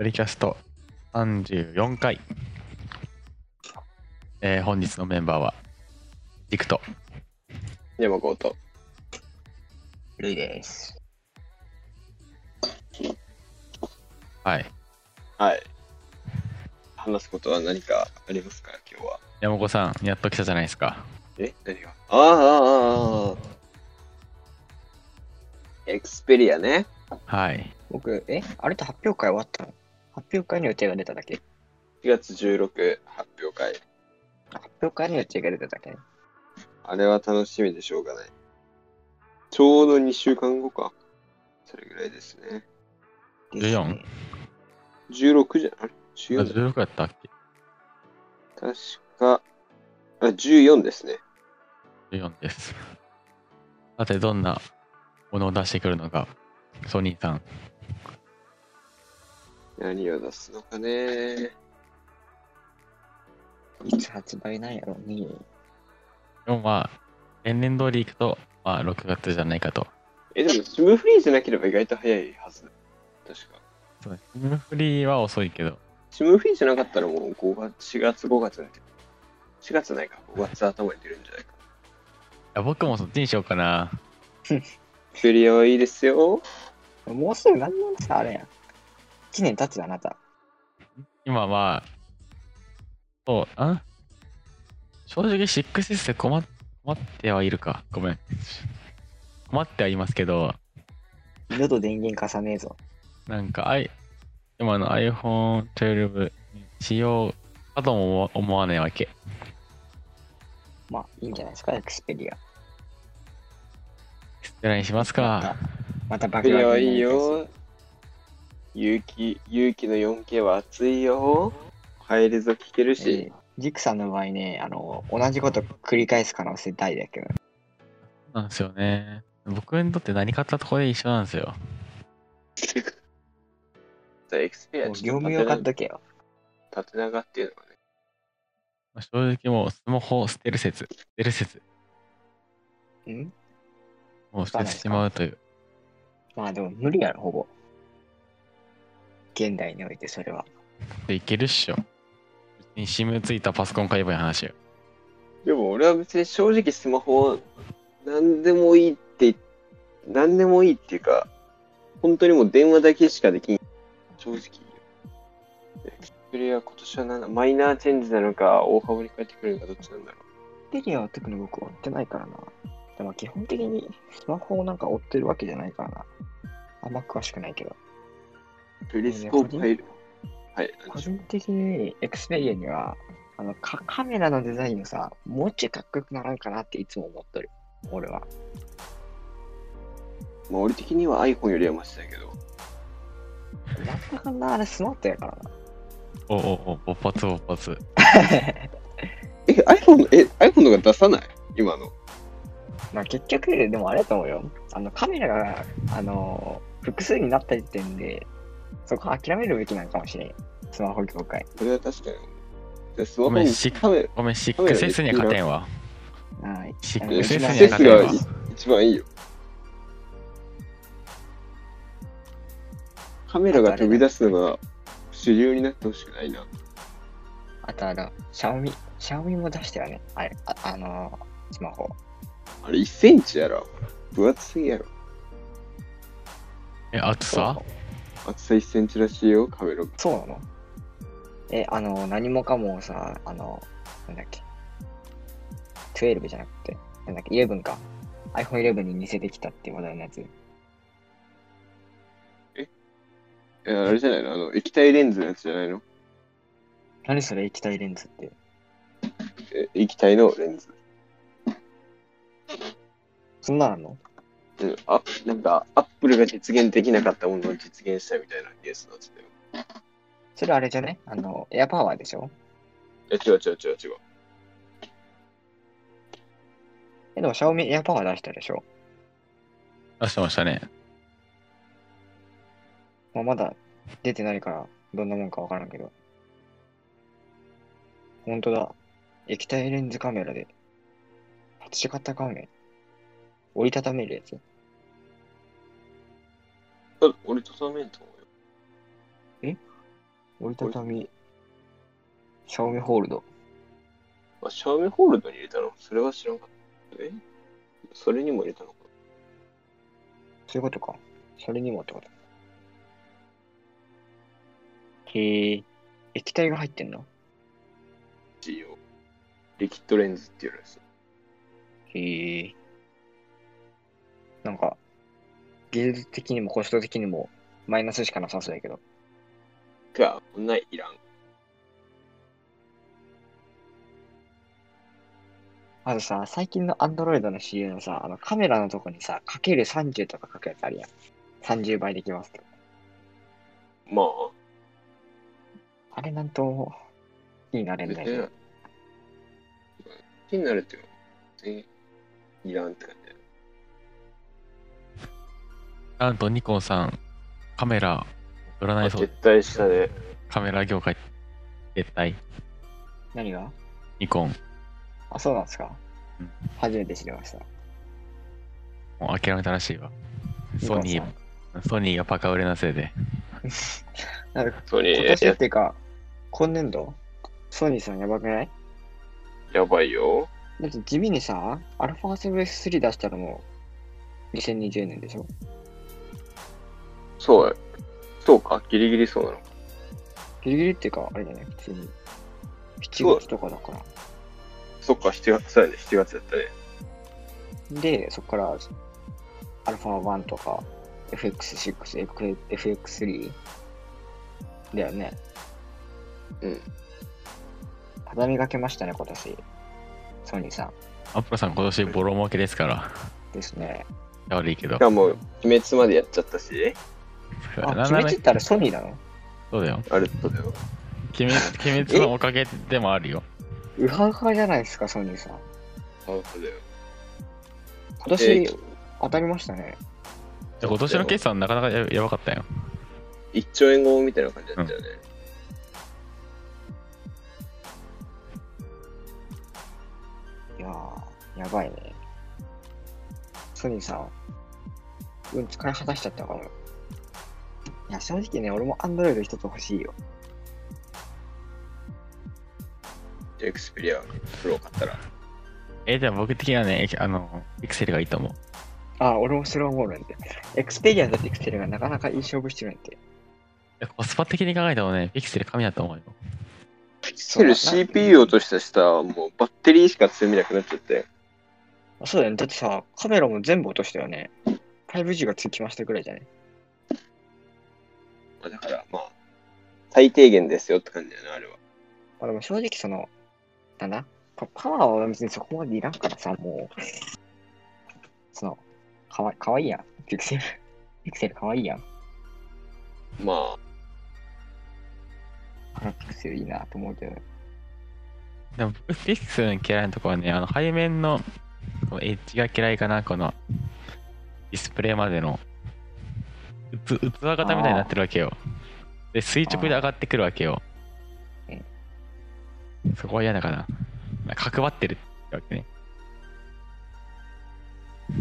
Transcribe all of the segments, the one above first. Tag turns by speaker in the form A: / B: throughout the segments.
A: リキャスト34回、えー本日のメンバーはリクト
B: 山コート。ルイです。
A: はい
B: はい。話すことは何かありますか今日は。
A: 山子さんやっと来たじゃないですか
B: え何がああ、ああ、ああ。エクスペリアね。
A: はい
C: 僕、えあれって発表会終わったの発表会の予定が出ただけ
B: 4月16発表会。
C: 発表会の予定が出ただけ
B: あれは楽しみでしょうがない。ちょうど2週間後か。それぐらいですね。
A: 14
C: ですね
B: 16じゃん。あ
A: あ
B: れ ?14 だ。
A: 16だったっ
B: 確か、あ、14ですね。
A: け14ですさてどんなものを出してくるのかソニーさん
B: 何を出すのかね。
C: いつ発売なんやろうね。
A: でもまあ例年通り行くとまあ6月じゃないかと
B: え、でも、スムフリーじゃなければ意外と早いはず。確か。
A: そうですムフリーは遅いけど
B: シムフィーじゃなかったらもう5月、4月、5月に出る。4月ないか、5月頭に出るんじゃないか。
A: いや僕もそっちにしようかな
B: エクスペリアはいいですよ。
C: もうすぐ何年さ、あれやん。1年経つよあなた。
A: 今は、そう、あ正直 6S で困っ困ってはいるか。ごめん。 困ってはいますけど、
C: 二度と電源貸さねえぞ。
A: なんか、I、今の iPhone12 に使用かとも思思わないわけ。
C: まあ、いいんじゃないですか、エクスペリア。
A: 失礼にしますか。
C: また
B: エクス
C: バ
B: ペ
C: ケ
B: リアはいい。よ。勇気、勇気の 4K は熱いよ。入れぞ聞ける
C: え
B: し
C: ー、ジクさんの場合ね、あの、同じこと繰り返す可能性大だけど。
A: なんですよね。僕にとって何かったとこで一緒なんですよ。
B: じゃあエクスペリア
C: もう
B: ちょ
C: 業
B: っと
C: 務
B: 縦
C: 用買っ
B: 長
C: とけよ。
B: 縦長っていうのがね。
A: まあ正直もうスマホを捨てる説、捨てる説、
C: ん
A: もう捨ててしまうという。
C: まあでも無理やろ、ほぼ。現代においてそれは。
A: で、いけるっしょ。別に SIM ついたパソコン買えばいい話よ。
B: でも俺は別に正直スマホは何でもいいって、何でもいいっていうか、本当にもう電話だけしかできん。正直。エクスペリア今年は何マイナーチェンジなのか、大幅に変えてくるのか、どっちなんだろ
C: エクスペリアは特に僕追ってないからな。でも基本的にスマホをなんか追ってるわけじゃないからな。あんま詳しくないけど。
B: う。ペリスコープ入る。はい。
C: 個人的にエクスペリアには、あのカカメラのデザインをさ、もうちょいかっこよくならんかなっていつも思ってる。俺は。
B: まあ俺的には iPhone よりはマシだけど。
C: なんだかんだあれスマートやからな。
A: おおお、勃発勃発。
B: え、iPhone、え、iPhone のが出さない今の。
C: まあ結局、でもあれだと思うよ。あのカメラが、あのー複数になった時点で、そこ諦めるべきなのかもしれん。スマホ業界。
B: それは確かに。でスマ
A: ご
B: ホ
A: めん
B: に
A: シック
B: カメラ、
A: ごめん、6S には勝てんわ。
C: はい。
B: え
A: 6S には
B: 6S
A: 勝てん
B: が
A: わ。
B: 一番いいよ。カメラが飛び出すのが主流になってほしくないな。
C: あとあの、シャオミ、シャオミも出したよね。あれ、あ、あのースマホ。
B: あれ1センチやろ。分厚すぎやろ。
A: え、厚さ
B: 厚さ1センチらしいよ、カメラ。
C: そうなのえ、あのー何もかもさ、あのーなんだっけ。12じゃなくて、なんだっけ、11か。iPhone11 に似せてきたって話題のやつ。
B: えあれじゃないのあの、液体レンズのやつじゃないの
C: 何それ液体レンズって。
B: え液体のレンズ。
C: そんなのあんの
B: うんあ、なんか、アップルが実現できなかったものを実現したみたいなケースになってたよ。
C: それあれじゃねあの、エアパワーでしょ
B: え、違う違う違う違う。
C: え、でも、シャオミエアパワー出したでしょ
A: 出してましたね。
C: まあ、まだ出てないから、どんなもんかわからんけど。ほんとだ。液体レンズカメラで、8型画面、折りたためるやつ。
B: あ俺、とさめんと思うよ。
C: 折りたたみ、シャオミホールド。
B: あ、シャーメンホールドに入れたのそれは知らんかった。えそれにも入れたのか。
C: そういうことか。それにもってこと。へえ。液体が入ってんの
B: 一応。リキッドレンズっていうやつ。
C: へえ。なんか、技術的にもコスト的にもマイナスしかなさそうやけど。
B: が、こんなんいらん。
C: あとさ、最近のアンドロイドの CM のさ、あのカメラのとこにさ、かける30とか書くやつあるやん。30倍できますとか。
B: まあ、
C: あれなんとも、いいなれん
B: 別
C: だ
B: に
C: よね。
B: 気になるっていうか、別にいらんって感じだよ。
A: なんとニコンさん、カメラ、売らないそう
B: 絶対下で。
A: カメラ業界、絶対、
C: 何が
A: ニコン、
C: あ、そうなんですか
A: うん
C: 初めて知りました。
A: もう諦めたらしいわ。ソニ
C: ニコン
A: ー
C: さん、
A: ソニーがバカ売れなせいで。
C: なんか
B: ソニ
C: 今年
B: ー
C: っ、ていうか、今年度、ソニーさんやばくない
B: やばいよ。
C: だって地味にさ、アルファ 7S3 出したらもう、2020年でしょ
B: そう、そうか、ギリギリそうなのか。
C: ギリギリっていうか、あれじゃない普通に。
B: う
C: 7月とかだから。
B: そっか、7月、そうやね、7月だったね。
C: で、そこから、アルファ1とか、FX6、F- FX3 だよね。
B: うん。
C: 畳みかけましたね、今年。ソニーさん。
A: アップルさん今年ボロ儲けですから。
C: ですね。
A: 悪いけど
B: し。かも、鬼滅までやっちゃったし、
C: あ、鬼
A: 斜
C: 滅
A: め
C: ってあれソニーなの
A: そうだよ。
B: あれとだよ。
A: 鬼滅鬼滅のおかげでもあるよ。
C: ウハウハじゃないですか、ソニーさん。
B: アウトだよ。
C: 今年、
B: えー
C: 当たりましたね。
A: で今年の決算なかなかややばかったよ。
B: 1兆円超みたいな感じだったよね。
C: いやー、やばいね。ソニーさん、うん、使い果たしちゃったかも。いや、正直ね、俺も Android 一つ欲しいよ。
B: じゃあエクスペリアプロ買ったら。
A: え、でも僕的にはね、あの、エクセルがいいと思う。
C: あー、俺もそれは思うなんで。エクスペリアンとピクセルがなかなかいい勝負してるなんて。
A: でコスパ的に考えてもね、ピクセル神だと思うよ。
C: そうだな
B: CPU 落とした下、もうバッテリーしか積みなくなっちゃって。
C: あそうだよね。だってさ、カメラも全部落としたよね。5G がつきましたぐらいじゃね。
B: まあだから、まあ、最低限ですよって感じだよね、あれは。
C: まあでも正直その、なんだパパワーは別にそこまでいらんからさ、もう、その、かわかわいいやん。ピクセル、 ピクセルかわいいやん。
B: ま
C: あのピクセルいいなと思うけど。
A: でも僕、ピクセルの嫌いなとこはね、あの、背面のこのエッジが嫌いかな、この、ディスプレイまでの、うつ器型みたいになってるわけよ。で、垂直で上がってくるわけよ
C: あー。
A: そこは嫌だかな。まあ角張ってるってわけね。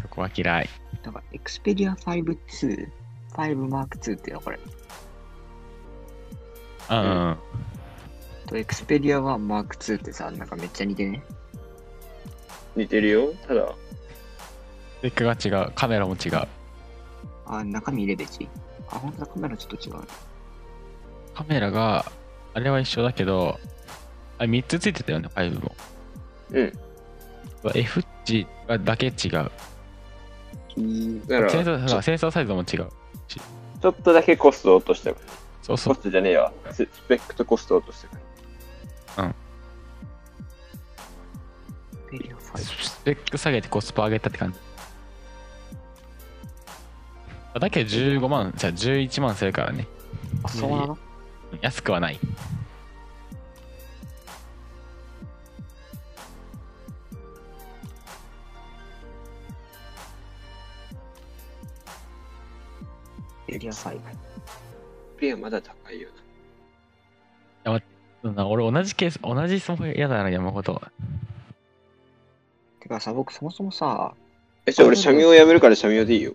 A: そこは嫌い。
C: なんか、Xperia 5-2、5 Mark II っていうのこれ。
A: うん、うん。
C: と、Xperia 1 Mark II ってさ、なんかめっちゃ似てね。
B: あ、似てるよ。ただ、
A: スペックが違う、カメラも違う。
C: あ、中身入れべち。あ、ほんとだ、カメラちょっと違う。
A: カメラが、あれは一緒だけど、あ3つついてたよね、5も。
B: うん。
A: F 値がだけ違う。セン
B: だから、
A: サ
B: ち
A: ー
B: ょ
A: センサーサイズも違う。
B: ちょっとだけコストを落とした感じ。
A: そうそ
B: コ
A: う。
B: ストじゃねえわ。ススペックとコストを落とした感
C: Xperia 5。
A: スペック下げてコスパ上げたって感じ。あだけど15万、じゃあ11万するからね。
C: あ、そうなの
A: 安くはない。
C: ?Xperia 5。
B: じ。プレアまだ高いよな。
A: そんな俺同じケース、同じスマホ嫌だな、山本。
C: てかさ、僕そもそもさ、
B: え、じゃあ俺、シャミをやめるからシャミをでいいよ。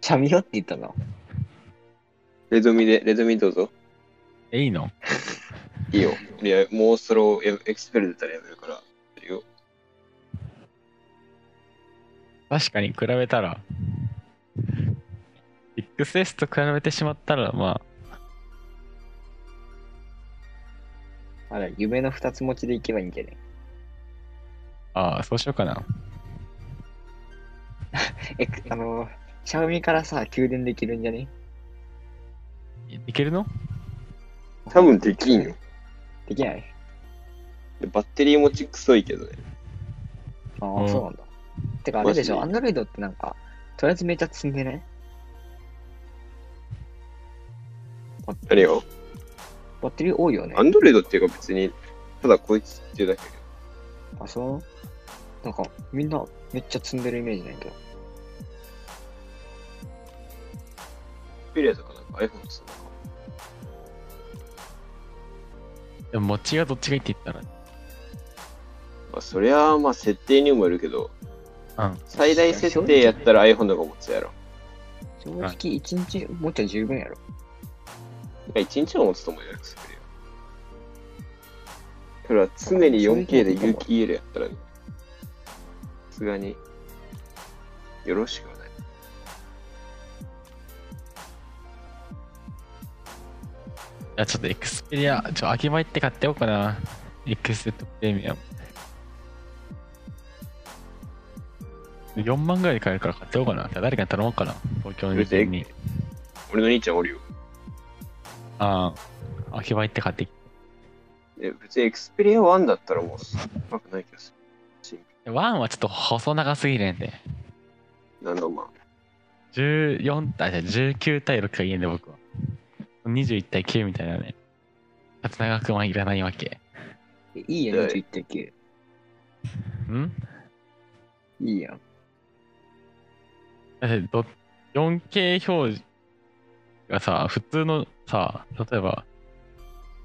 C: チャミオって言ったの
B: レドミで、レドミどうぞ。
A: え、いいの
B: いいよ。いや、もうそれをエエクスペル出たらやめるから。いいよ。
A: 確かに比べたら、XS と比べてしまったら、ま
C: あら、夢の二つ持ちでいけばいいんじゃね
A: あ、ああ、そうしようかな。
C: え、あのー、シャオミからさ、給電できるんじゃね
A: いいけるの
B: 多分できんよ。
C: できない
B: でバッテリー持ちくそいけどね。
C: あ
A: う
C: あ、
A: ん
C: そうなんだ。てか、あれでしょ、ア
B: マ
C: ンドロイドってなんか、とりあえずめっちゃ積んでない
B: あれよ。
C: バッテリー多いよね
B: ア。ンドロイドっていうか別に、ただこいつっていうだけ。
C: あ、そうなんか、みんなめっちゃ積んでるイメージないけど。
B: ピリアとかなんか iPhone とか。
A: でも、持ちがどっちがいいって言った
B: まあ、そりゃ、まあ、設定にもよるけど、
A: ら、うん。
B: 最大設定やったら iPhone とか持つやろ。
C: 正直、1日持っちゃ十分やろ。
B: なんか1日は持つと思うよ、それよ。それは常に 4K で有機 EL やったら、ね、さすがに、よろしくはない。
A: いや、ちょっと Xperia、ちょ、秋前って買っておうかな。XZ プレミアム。4万ぐらいで買えるから買っておうかな。じゃあ誰かに頼もうかな。東京の時点に。
B: 俺の兄ちゃんおるよ。
A: ああ、秋前って買ってき
B: え、別に Xperia 1だったらもう、うまくない気がする。
A: て。1はちょっと細長すぎるんで。
B: なんだまあ。
A: 14対、あ違う19対6がいいんで僕は。21対9みたいなね。縦長くんはいらないわけ。
C: えいいやん、
B: はい
C: 21.9。
A: ん
C: いいやん。
A: だってど 4K 表示がさ、普通のさ、例えば、こ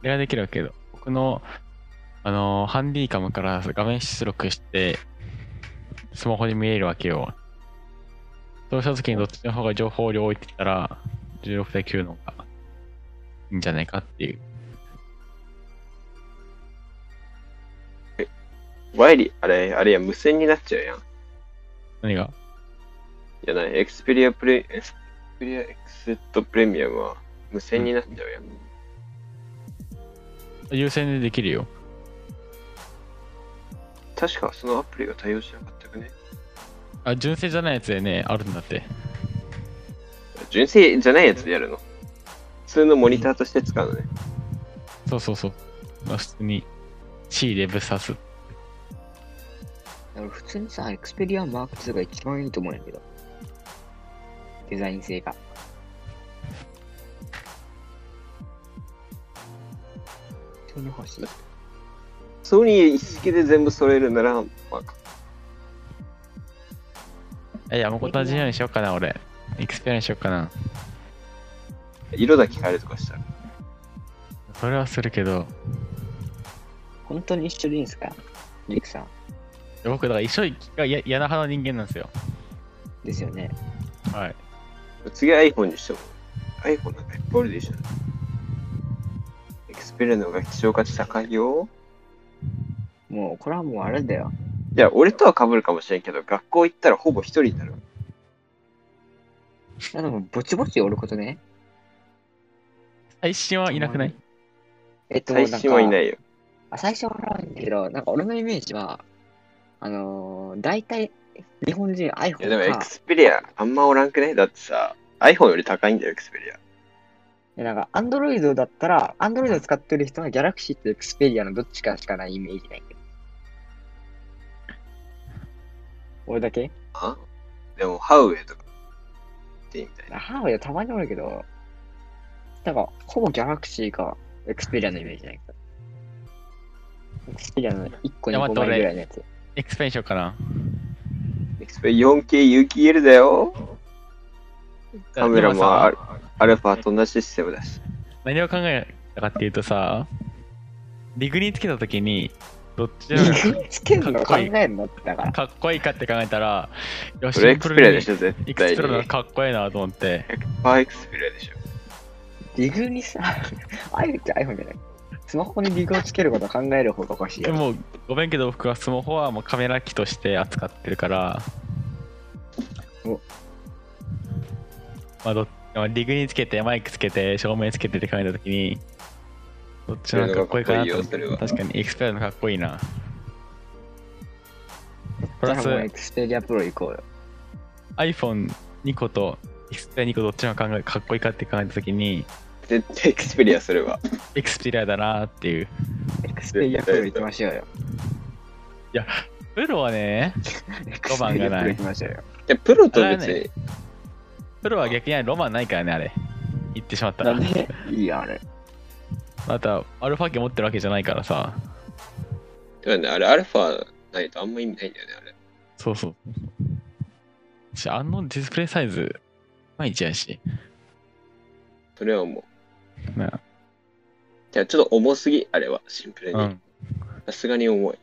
A: れができるわけど、僕の、あのーハンディカムから画面出力して、スマホに見えるわけよ。そうした時にどっちの方が情報量多いって言ったら、16対9の方がいいんじゃないかっていう。
B: ワイリー、あれ、あれや、無線になっちゃうやん。い
A: 何が
B: やない、Xperia プレ、Xperia X プレミアムは無線になっちゃうやん。
A: 優先でできるよ。
B: 確かそのアプリが対応しなかったくね。
A: あ、純正じゃないやつでね、あるんだって。
B: 純正じゃないやつでやるの。普通のモニターとして使うのね。
A: そうそうそう。まあ、普通に C でぶっ刺す。
C: あの普通にさ、エクスペリアマーク2が一番いいと思うんやけど。デザイン性が。本当に欲しい。
B: ソニー一式で全部揃えるなら、まあ、
A: え、山本ジニアにしようかな、俺。エクスペリアにしようかな。
B: 色だけ変えるとかしたら。
A: それはするけど、
C: 本当に一緒でいいんすかリクさん。
A: 僕、だから一緒が嫌嫌な派の人間なんですよ。
C: ですよね。
A: はい。
B: 次は iPhone にしても。iPhone なんかいっぱいあるでしょ。エクスペリアの方が希少価値高いよ。
C: もう、これはもうあれだよ。
B: いや、俺とは被るかもしれんけど、学校行ったらほぼ一人になる。
C: あでも、ぼちぼちおることね。
A: 最新はいなくない
C: えっと、。
B: 最新はいないいよ。
C: あ最初はおらんけど、なんか俺のイメージは、あのー、大体、日本人
B: いやでも
C: iPhone か、
B: Xperia あんまおらんくねだってさ、iPhone より高いんだよ、Xperia。
C: でなんか、Android だったら、Android を使ってる人は Galaxy と Xperia のどっちかしかないイメージないけど。俺だけ
B: あでも、ハウエとか。ってみたいな。
C: 母親たまにおるけど、なんか、ほぼ Galaxy か Xperia のイメージないけど。Xperia の1個
A: いや
C: 2
A: 待っ
C: 個
A: て
C: 前ぐらいのやつ。
A: エクスペリアにしようかな。
B: Xperia4K 有機 EL だよ。カメラ
A: で
B: も
A: さ
B: アルアルファと同じシステムだし。
A: 何を考えたかっていうとさ、リグにつけたときに、どっちの方
C: つけるの
A: か
C: 考
A: っこいい
C: えるのってだから
A: が。かっこいいかって考えたら、よ
B: それ
A: シンプル
B: Xperia
A: に
B: でしょ、絶
A: エクス
B: 対
A: ペリアの
B: に。
A: かっこいいなと思って。
B: 100%Xperia でしょ。
C: リグにさ、iPhone って iPhone じゃない。スマホにリグをつけることを考える方がおかしい
A: で
C: よ。
A: もごめんけど僕はスマホはもうカメラ機として扱ってるから
C: お
A: まあどっまあリグにつけてマイクつけて照明つけてって考えた時にどっちの方がかっこいいかなと思っ
B: それ
A: て
B: はかっこいいよ
A: 確
B: それは
A: かにエクスペリアのかっこいいなプ
C: じゃ
A: ラ
C: あ
A: ス
C: もうエクスペリアプロ行こうよ。
A: iPhone2 個とエクスペリア2個どっちの方がかっこいいかって考えた時に
B: 絶対エクスペリアそれは。
A: エクスペリアだなっていう
C: エクスペリアプロ行きましょうよ。
A: プロはね
C: エクスペリアプロ行きましょうよ。
B: いや、プロと別
A: あれ
B: に、
A: プロは逆にロマンないからねあれ言ってしまった
C: な
A: ら
C: んでいいや、あれ。
A: またアルファ機持ってるわけじゃないからさ
B: だからねあれアルファないとあんま意味ないんだよね、あれ。
A: そうそうしあのディスプレイサイズ毎日やし
B: それはもう。
A: ね
B: じゃあちょっと重すぎ、あれは、シンプル
A: う
B: に。
A: ん
B: さすがに重い。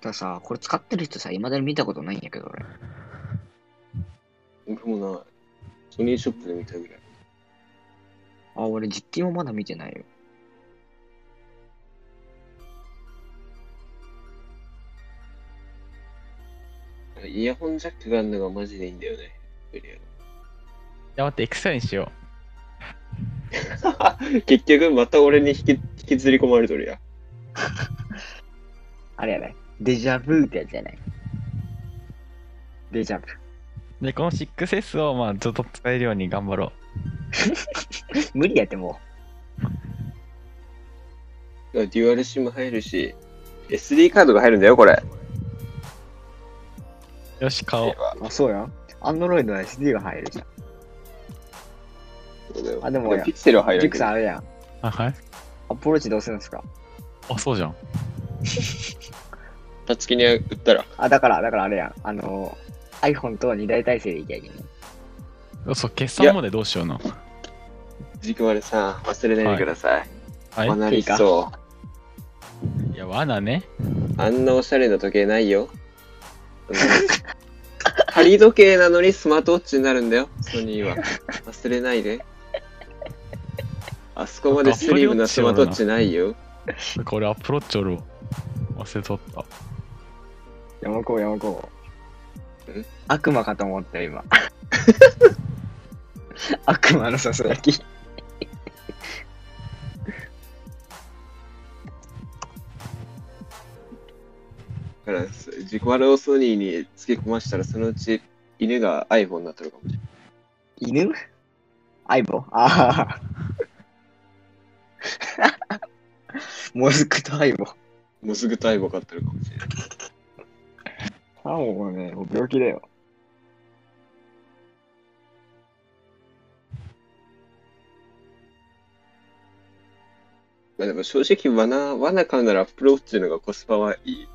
C: たださ、これ使ってる人さ、未だに見たことないんやけど、俺。
B: 僕もな、ソニーショップで見たぐらい。
C: あ、俺実機もまだ見てないよ。
B: イヤホンジャックがあるのがマジでいいんだよね。エクスペリ
A: いや待ってエクセルにしよ
B: ア結局、また俺に引き引きずり込まれとるや。
C: あれやね。デジャブーってやつやね。デジャブ。
A: うでこの 6S をまあずっと使えるように頑張ろ
C: 無理やっても
B: だからデュアルシム入るし、SD カードが入るんだよ、これ。
A: うよし買おう
C: う。あ、そうや。アンドロイドは SD が入るじゃん。
B: そうだよ
C: あでも
B: ピクセルは入
C: ジュ
B: るけ
C: クさん
B: ど。
C: あれやん。
A: あはい
C: アプローチどうするんですか
A: あそうじゃん
B: たつきに売ったら。
C: あ、だから、だからあれやん。あの、iPhone と二大体制でいきゃいけない。
A: そう決算までどうしような
B: 軸丸さん、忘れないでください。
A: はい
B: 学びそう。
A: いや罠ね
B: あんなおしゃれな時計ない よ。うん針時計なのにスマートウォッチになるんだよ、ソニーは。忘れないで。あそこまでスリムなスマートウォッチないよ。
A: これアプローチおるわ忘れとった
C: 山子、山子
B: ん。
C: 悪魔かと思ったよ、 今。悪魔のささやき。
B: だから、自己丸をソニーに付け込ましたら、そのうち犬が iPhone になってるかもしれない。
C: 犬相棒 ああ。モズクと相棒。
B: もうすぐと iPhone 買ってるかもしれない。
C: あもうね、もう病気だよ。
B: まあでも正直、罠、罠買うならアップローチの方がコスパはいい。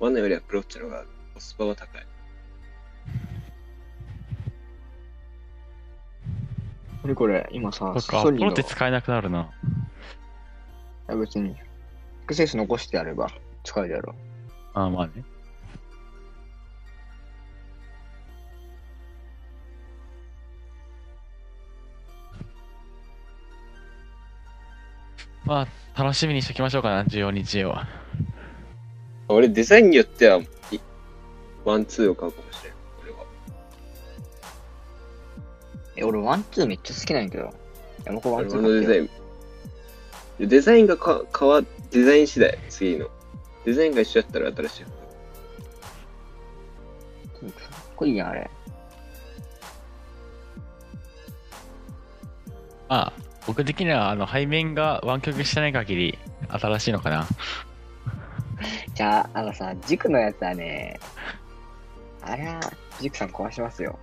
B: 罠よりアップローチの方がコスパは高い。
C: これこれ、今さ
A: そ、っかアプ
C: ソニー
A: ロー
C: の
A: チ使えなくなるない
C: や別に、クセス残してやれば使えるやろ。
A: あまあねまあ楽しみにしときましょうかな14日を
B: 俺デザインによっては、いワンツーを買うかもしれない。俺は。
C: え、俺ワンツーめっちゃ好きなんやけど。いや、もうこれワ
B: 俺
C: ンツ
B: のデザ
C: ー
B: イン。デザインがか変わ、デザイン次第、次の。デザインが一緒だったら新しい。
C: かっこいいやん、あれ。
A: まあ僕的にはあの背面が湾曲してない限り新しいのかな
C: じゃあ、あのさ、塾のやつはね、あれは、塾さん壊しますよ。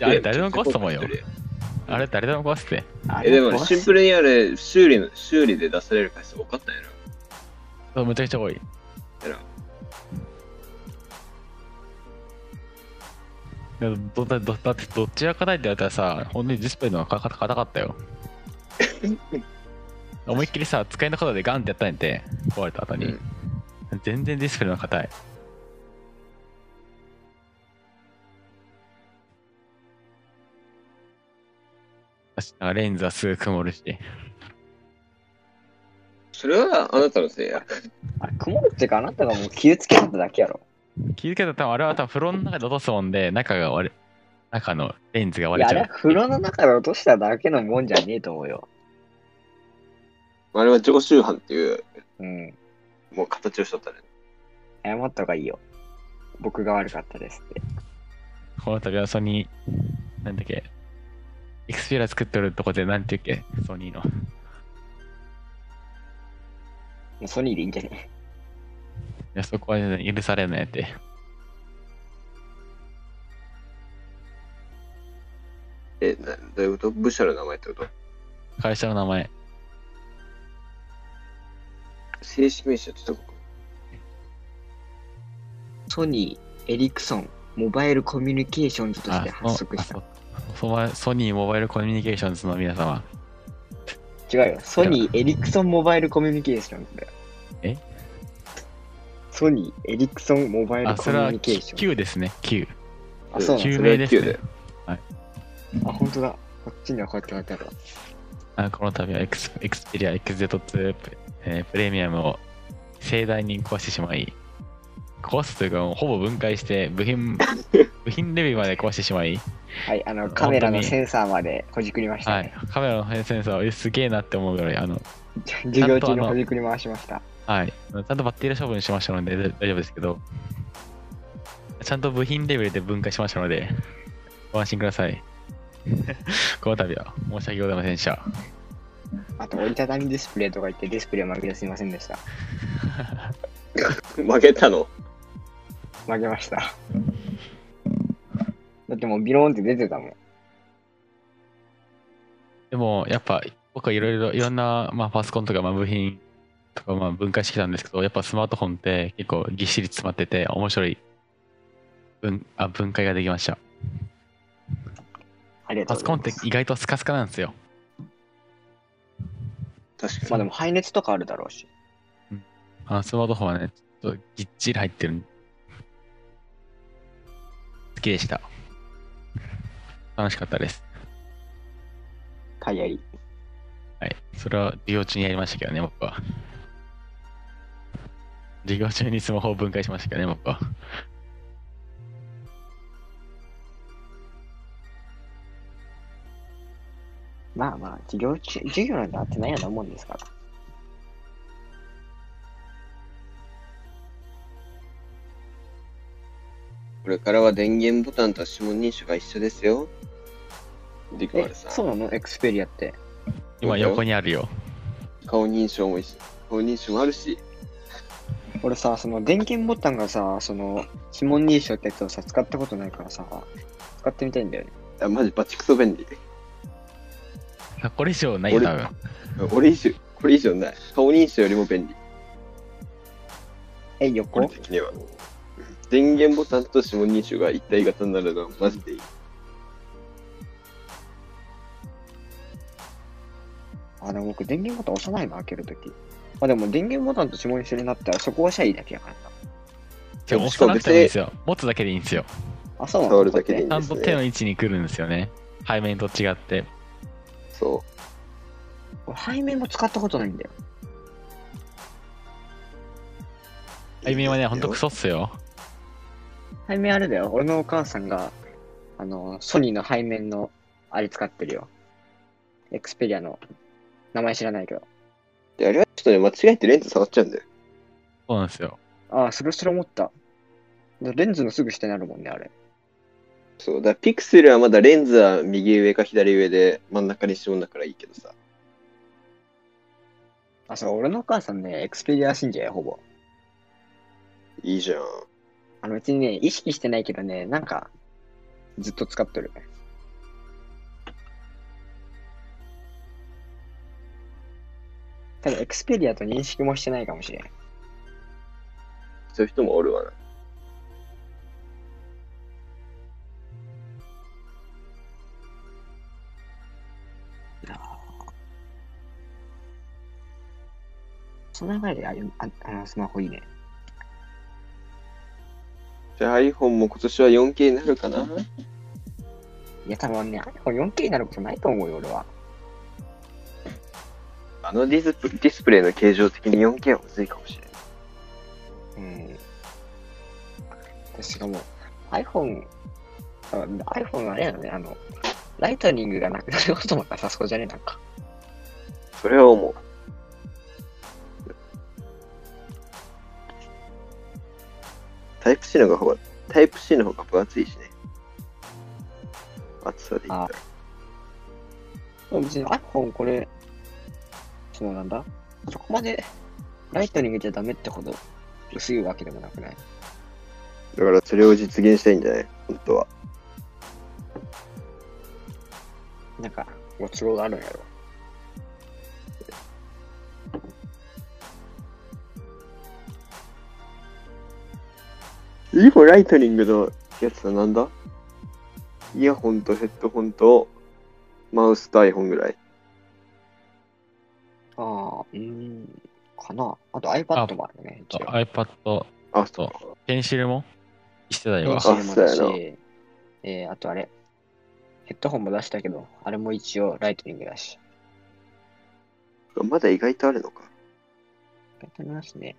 A: あれ誰でも壊すと思うよ
B: いやめちゃくちゃ
A: あれ誰でも壊すって
C: あ
B: え、
C: れ
B: で
C: は
B: も
C: 壊
B: シン
C: す
B: プルにあれ、修理の、修理で出される回数多かったんやろ。
A: そうむちゃくちゃ多い
B: えら
A: いやどだどだってどちらかないってやったらさ本当にディスプレイの方が硬かった よ思いっきりさ使いの方でガンってやったんやて壊れた後に、
B: うん
A: 全然ディスプレイの方が硬いしなんかレンズはすぐ曇るし。
B: それはあなたのせいや。
C: あれ、曇るっていうか、あなたがもう気をつけただけやろ。
A: 気づけたら多分あれは多分風呂の中で落とすもんで、中が割れ、中のレンズが
C: い
A: 割
C: や、
A: れ
C: あ
A: ち
C: れ
A: ゃ
C: は
A: う。
C: 風呂の中で落としただけのもんじゃねえと思うよ。
B: あれは常習犯っていう、
C: うん。
B: もう形をしとったね。
C: 謝った方がいいよ。僕が悪かったですって。
A: この度はソニー、なんだっけ、エクスペリア作ってるとこでなんて言うっけ、ソニーの。
C: もうソニーでいいんじゃね
A: いや、そこは許されないって。
B: え、などういうこと部署の名前ってこと
A: 会社の名前。
B: 正式名称ってどこ
C: ソニー、エリクソン、モバイルコミュニケーションズとして
A: あ
C: 発
A: そ
C: 足した。
A: あそそソニーモバイルコミュニケーションズの皆様。
C: 違うよ。ソニー、エリクソンモバイルコミュニケーションズだよ。
A: え
C: ソニー、エリクソンモバイル
A: あ、
C: コ
A: そ
C: ミ
A: れ
C: ュ
A: は
C: ニケーション。
A: Q ですね、Q。
C: あ、そうなん
B: 九
C: だ。
A: Q 名です
B: それ
A: ね
B: は。
C: あ、本当だ。こっちにはこうやって書いてあるわ。
A: あこの度はエクスエクスペリア XZ2 プ,、えープレミアムを盛大に壊してしまい、壊すというかもうほぼ分解して部 品、部品レビューまで壊してしまい、
C: はい、あ
A: 本
C: の、
A: 当に
C: カメラのセンサーまでほじくりました
A: は
C: ね
A: い。、カメラのセンサーをえすげえなって思うぐらい、あの、
C: 授業中にほじくり回しました。
A: はい、ちゃんとバッテリー処分しましたのでだ大丈夫ですけど、ちゃんと部品レベルで分解しましたので、ご安心くださ い。この度は申し訳ございませんでした。
C: あと折りたたみディスプレイとか言ってディスプレイ負けてすいませんでした。
B: 負けたの
C: 負けました。だってもうビローンって出てたもん。
A: でもやっぱ僕はいろいろいろんな、まあ、パソコンとかまあ部品とかまあ分解してきたんですけどやっぱスマートフォンって結構ぎっしり詰まってて面白い分あ分解ができました
C: ありが
A: パ
C: とう
A: ソ
C: ござ
A: コン
C: い
A: っ
C: ま
A: て
C: す。
A: 意外とスカスカなんですよ
B: 確
C: ま
B: かに。
C: あでも排熱とかあるだろうし。
A: あのスマートフォンはねちょっとぎっちり入ってる好きでした楽しかったです
C: タイヤリ。
A: はいそれは授業中にやりましたけどね僕は授業中にスマホを分解しましたけどね僕は
C: まあまあ、授業中、授業なんてあってないようなもんですから。
B: これからは電源ボタンと指紋認証が一緒ですよ。リクマ
C: え、
B: ルさ。
C: そうんなのエクスペリアって。
A: 今横にあるよ
B: 顔認証も一緒。顔認証もあるし。
C: 俺さ、その電源ボタンがさ、その指紋認証ってやつをさ、使ったことないからさ、使ってみたいんだよね。
B: あ、マジバチクソ便利。
A: いやこれ以上ないよ、
B: 俺
A: 多分。
B: 俺以上、これ以上ない。顔認証よりも便利。
C: え、
B: 俺
C: 横
B: 的には。電源ボタンと指紋認証が一体型になるのはマジでいい。
C: あ、でも僕電源ボタン押さないの、開けるとき。まあでも電源ボタンと指紋一緒になったらそこ押しゃいいだけやからな。
A: でも押さなくてもいいんですよ。持つだけでいいんですよ。
C: あ、そうなの
B: 触るだけでいいん
C: こ
A: ちゃ
B: で
A: ん
B: す
A: と手
B: ね。
A: の位置に来るんですよね。背面と違って。
B: そ
C: れ背面も使ったことないんだよ。
B: う。
A: 背面はね、ほんとク
B: クソ
A: ソっすよ。
C: 背面あれだよ。俺のお母さんが、あの、ソニーの背面の、あれ使ってるよ。エクスペリアの、名前知らないけど。
B: であれはちょっとね、間違えてレンズ触っちゃうんだよ。
A: そうなんですよ。
C: ああ、それそれ思った。レンズのすぐ下にあるもんね、あれ。
B: そう、だからピクセルはまだレンズは右上か左上で真ん中に指紋だからいいけどさ。
C: あ、そう、俺のお母さんね、エクスペリア信者や、ほぼ。
B: いいじゃん。
C: あの、別にね、意識してないけどね、なんか、ずっと使っとる。多分、エクスペリアと認識もしてないかもしれん。
B: そういう人もおるわな。
C: その流れであああのスマホいいね。
B: じゃあ iPhone も今年は 4K になるかな
C: いや、多分ね、iPhone4K になることないと思うよ、俺は。
B: あのディスプディスプレイの形状的に 4K はむずいかもしれない。
C: うん。しかも、iPhone、あ iPhone はあれやね、あの、ライトニングがなくなることもなさそうじゃねなんか。
B: それは思う。タイプ C の方が、タイプ C の方が分厚いしね。厚さで言ったら。
C: でも別に iPhone これ、そのなんだそこまでライトニングじゃダメってほど薄いわけでもなくない
B: だからそれを実現したいんじゃない本当は。
C: なんか、ご都合があるんやろ。
B: 今ライトニングのやつはなんだイヤホンとヘッドホンとマウスと iPhone ぐらい。
C: ああ、うーん、かな。あと iPad もあるね。
A: と
C: 一応
A: iPad、
B: あ、そうか。
A: ペンシルも一世代
C: 電
A: は
C: 子。もだ
B: あそうやな
C: し、えー、あとあれ、ヘッドホンも出したけど、あれも一応ライトニングだし。
B: まだ意外とあるのか。
C: やってますね。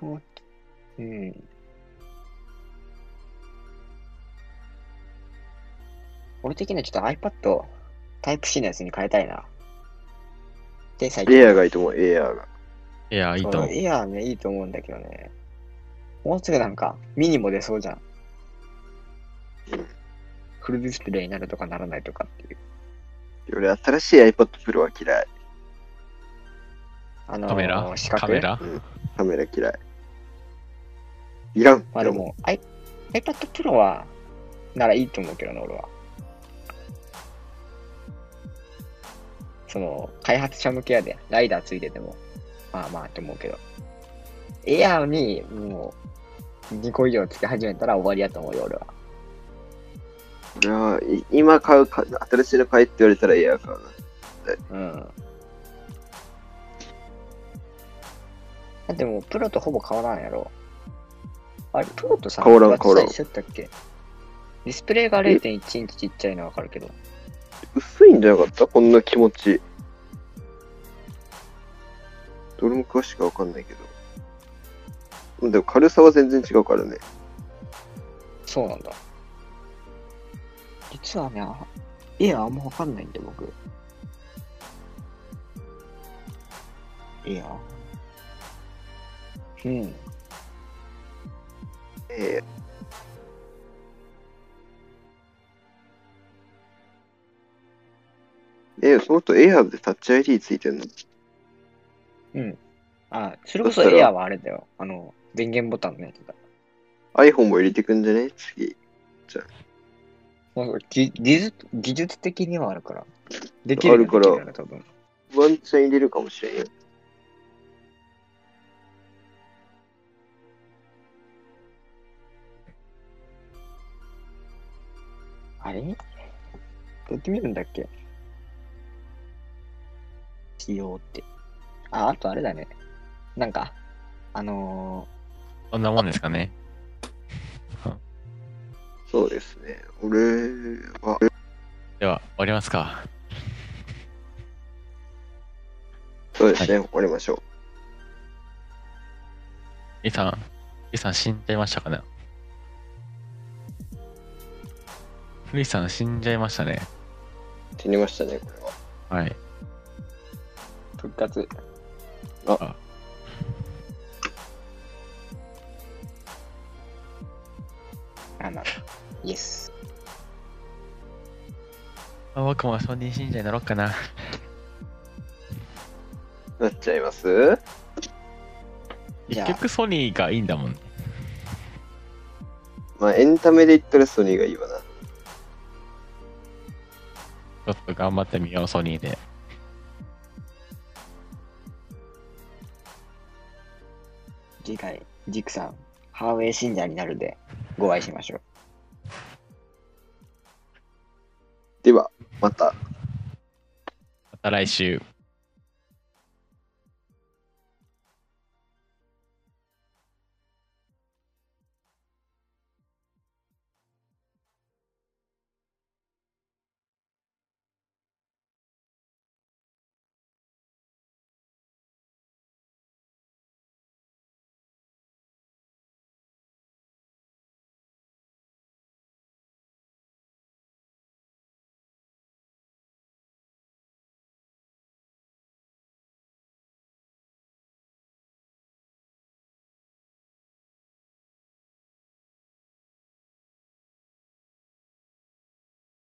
C: おっとうん。俺的にはちょっと iPad タイプ C のやつに変えたいな。で、最
B: エアーがいいと思う、エアーが。
A: いや、いいと思う。
C: いやね、いいと思うんだけどね。もうすぐなんか、ミニも出そうじゃん。フルディスプレイになるとかならないとかっていう。
B: 俺、新しい iPad Pro は嫌い。
C: あのー
A: カメラ
C: 四角
A: カメラ
B: カメラ嫌い。いらん。
C: まあでも、I- iPad Pro は、ならいいと思うけどな、俺は。その、開発者向けやで、ライダーついてても、まあまあと思うけど。エアーに、もう、2個以上つけ始めたら終わりやと思うよ、俺は。
B: でも俺はい今買うか、新しいの買えって言われたらエアー買うな。
C: うん。だってもう、プロとほぼ変わらんやろ。あれ、プロとさ、
B: 変わらん変わらん
C: 一緒だったっけディスプレイが0.1インチちっちゃいのはわかるけど。
B: 薄いんじゃなかったこんな気持ち。どれも詳しくはわかんないけど。でも軽さは全然違うからね。
C: そうなんだ。実はね、あエアーあんまわかんないんで、僕。エアーうん。
B: えー、えー、その後エアーでタッチ ID ついてんの
C: あ、それこそエアーはあれだよ。あの、電源ボタンのやつだ。
B: ?iPhone も入れてくんじゃね次。
C: もう技技術技術的にはあるから。でき
B: あ
C: る
B: るから
C: できよ多分。
B: ワンチャン入れるかもしれんよ。
C: あれどうやって見るんだっけ仕様って。あ、あとあれだね。なんか、あの
A: こんなもんですかね。
B: そうですね。俺は、
A: では、終わりますか。
B: そうですね。終わりましょう。
A: リさん、リさん死んじゃいましたかねリさん死んじゃいましたね。
B: 死にましたね、これは。
A: はい。
C: ー、復活。あ、まあ、イエス。
A: あ僕も承認信者になろうかな。
B: なっちゃいます
C: じ
A: 結
C: ゃあ
A: 局ソニーがいいんだもんね。
B: まあ、エンタメで言ったらソニーがいいわな。
A: ちょっと頑張ってみよう、ソニーで。
C: 次回、ジクさん、ハーウェイ信者になるで、ご愛しましょう。
B: では、また。
A: また来週。